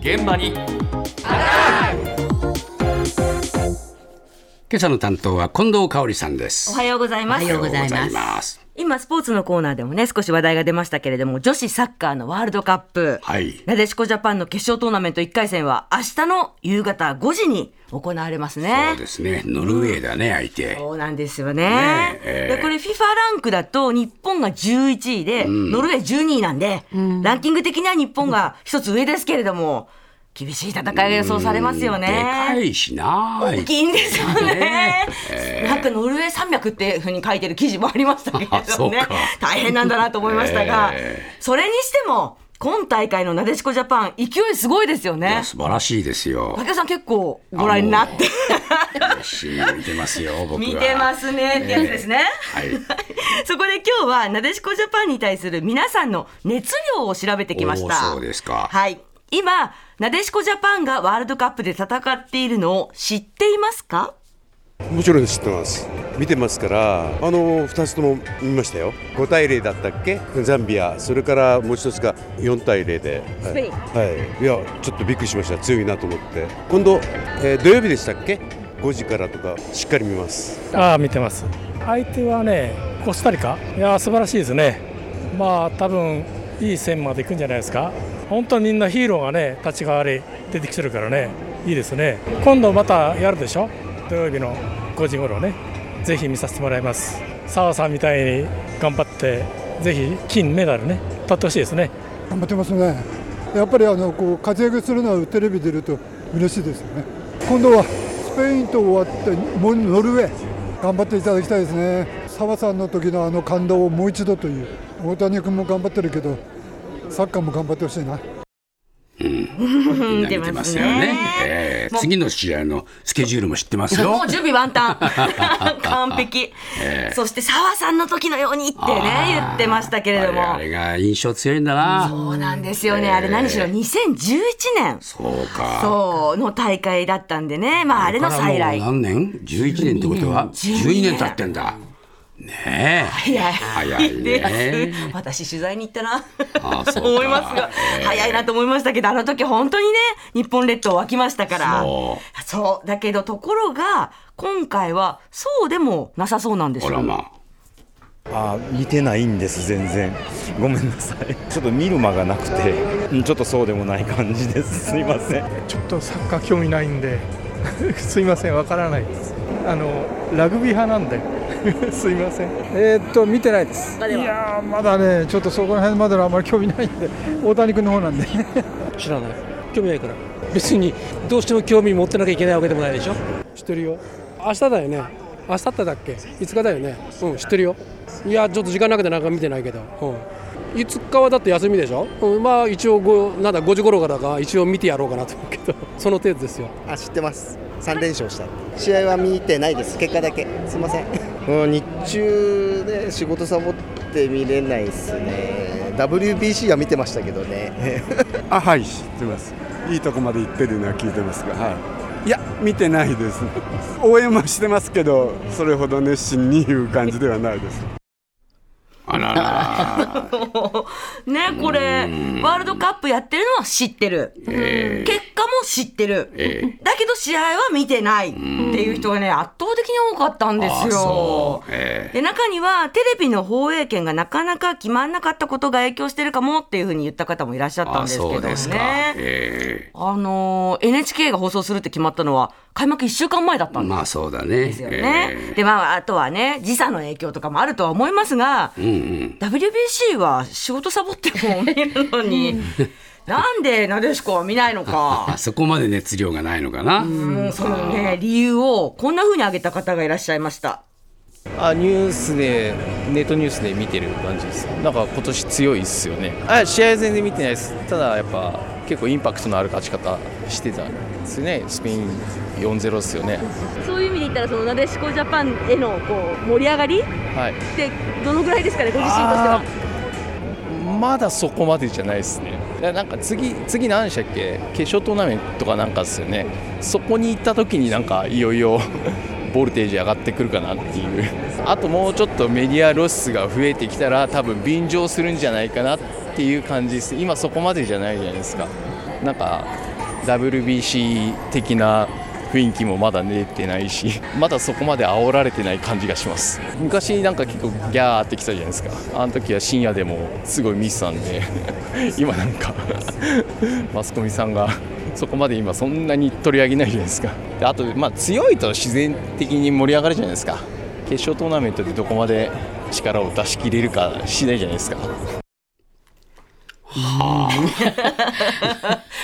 現場に今朝の担当は近藤香織さんですおはようございまおす。はようございますす今、スポーツのコーナーでもね、少し話題が出ましたけれども、女子サッカーのワールドカップ、はいなでしこジャパンの決勝トーナメント1回戦は、明日の夕方5時に行われますね。そうですねノルウェーだね相手そうなんですよね。ねえええでこれ FIFA ランクだと日本が11位で、ノルウェー12位なんで、ランキング的には日本が一つ上ですけれども、厳しい戦いが予想されますよね。でかいしな大きいんですよねね。なんかノルウェー山脈っていうふうに書いてる記事もありましたけれあそどうねか。大変なんだなと思いましたが え、それにしても、今大会のなでしこジャパン、勢いすごいですよいねや。素晴らしいですよ武田さん結構ご覧になって、し見てますよ僕は見てますすねってやつですね。はい そこで今日はなでしこジャパンに対する皆さんの熱量を調べてきました。おーそうですかはい。今、なでしこジャパンがワールドカップで戦っているのを知っていますかもちろん知ってます見てますからあの2つとも見ましたよ5対0だったっけザンビアそれからもう一つが4対0で、はい、スペインはい、いやちょっとびっくりしました強いなと思って今度、えー土曜日でしたっけ5時からとかしっかり見ますああ見てます相手はねコスタリカいやー素晴らしいですねまあ多分いい線まで行くんじゃないですか本当にみんなヒーローがね立ち代わり出てきてるからねいいですね今度またやるでしょ土曜日の5時頃ねぜひ見させてもらいます澤さんみたいに頑張ってぜひ金メダルね取ってほしいですね頑張ってますね。やっぱりあのこう活躍するのはテレビ出ると嬉しいですよね。今度はスペインと終わってもうノルウェー頑張っていただきたいですね。澤さんの時のあの感動をもう一度という大谷君も頑張ってるけどサッカーも頑張ってほしいな。みんな見てますよ見てねますねえー次の試合のスケジュールも知ってますよもう準備万端 完璧、そして澤さんの時のようにってね言ってましたけれどもあれあれが印象強いんだなそうなんですよね、あれ何しろ2011年そうかそうの大会だったんでねまああれの再来だからもう何年 ?11 年ってことは12 12年年経ってんだ。ねえ。いや早いね私取材に行ったなあそうか思いますが、ええ早いなと思いましたけどあの時本当にね日本列島沸きましたからそそうだけどところが今回はそうでもなさそうなんですほよらまあ見てないんです全然ごめんなさいちょっと見る間がなくてうんちょっとそうでもない感じですすいませんちょっとサッカー興味ないんですいませんわからないですあのラグビー派なんですいませんえーっと見てないですいやーまだねちょっとそこら辺まではあまり興味ないんで大谷君の方なんで知らない興味ないから別にどうしても興味持ってなきゃいけないわけでもないでしょ知ってるよ明日だよね明後日だっけ5日だよねうん知ってるよいやちょっと時間なくてなんか見てないけど、うん、5日はだって休みでしょ、うん、まあ一応5なんだ5時頃からか一応見てやろうかなと思うけどその程度ですよあ知ってます3連勝した試合は見てないです結果だけすいません うん日中ね仕事サボって見れないですね WBC は見てましたけどねあはい知ってますいいとこまで行ってるのは聞いてますがはいいや見てないです応援もしてますけどそれほど熱心にいう感じではないですあ。あらら。ねこれワールドカップやってるのは知ってる、結果も知ってる、だけど試合は見てないっていう人がね圧倒的に多かったんですよそ。う。えで中にはテレビの放映権がなかなか決まんなかったことが影響してるかもっていうふうに言った方もいらっしゃっえ。たんあ、ですけどそもうですか。ね。えあのー NHK が放送するって決まったのは開幕1週間前だったえ。んですまあそうだね。よね。ええでまああとはね時差の影響とかもあるとは思いますが、WBC は仕事サボっても見るのになんでなでしこは見ないのか あ。そこまで熱量がないのかな。うん、そのね理由をこんな風に挙げた方がいらっしゃいました。あニュースでネットニュースで見てる感じですなんか今年強いっすよねあ試合全然見てないですただやっぱ結構インパクトのある勝ち方してたんですねスペイン4-0っすよねそういう意味で言ったらそのなでしこジャパンへのこう盛り上がりっはいてどのぐらいですかねご自身としてあは。ーまだそこまでじゃないですねいやなんか次次何でしたっけ決勝トーナメントかなんかですよねそこに行った時になんかいよいよ ボルテージ上がってくるかなっていうあともうちょっとメディア露出が増えてきたら多分便乗するんじゃないかなっていう感じです今そこまでじゃないじゃないですかなんか WBC 的な雰囲気もまだ出てないし まだそこまで煽られてない感じがします昔なんか結構ギャーってきたじゃないですかあの時は深夜でもすごい見てたんで 今なんか マスコミさんがそこまで今そんなに取り上げないじゃないですかであとまあ強いと自然的に盛り上がるじゃないですか決勝トーナメントでどこまで力を出し切れるか次第じゃないですか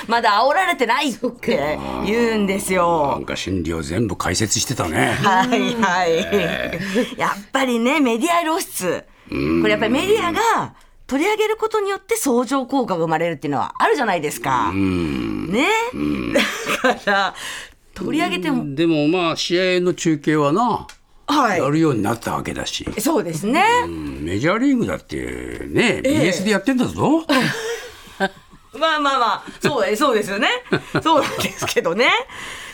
まだ煽られてないって言うんですよ。なんか心理を全部解説してたね。はいはい。やっぱりね、メディア露出。これやっぱりメディアが取り上げることによって相乗効果が生まれるっていうのはあるじゃないですか。ね。だから、取り上げても、でもまあ試合の中継はな、はやるようになったわけだし、い。そうですね。うんメジャーリーグだってね、BS でやってんだぞ。まあまあまあ、そうです、そうですよね。そうなんですけどね。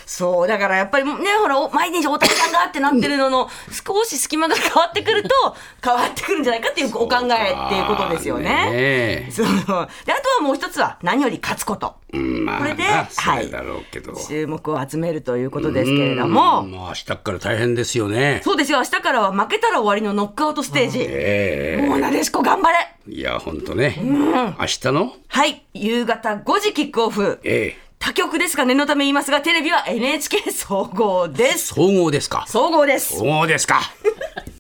そう、だからやっぱりね、ほら、お毎日大谷さんがってなってるのの、少し隙間が変わってくると、変わってくるんじゃないかっていうお考えっていうことですよね。ね そう。で、あとはもう一つは、何より勝つこと。えうんまあこれでまあそはいれだろうけど。注目を集めるということですけれども、うんまあ明日から大変ですよね。そうですよ、明日からは負けたら終わりのノックアウトステージ。えもうなでしこ頑張れえいや本当ね。明日のはい、夕方5時キックオフ。ええ他局ですが念のため言いますが、テレビは NHK 総合です。総合ですか。総合です。総合ですか。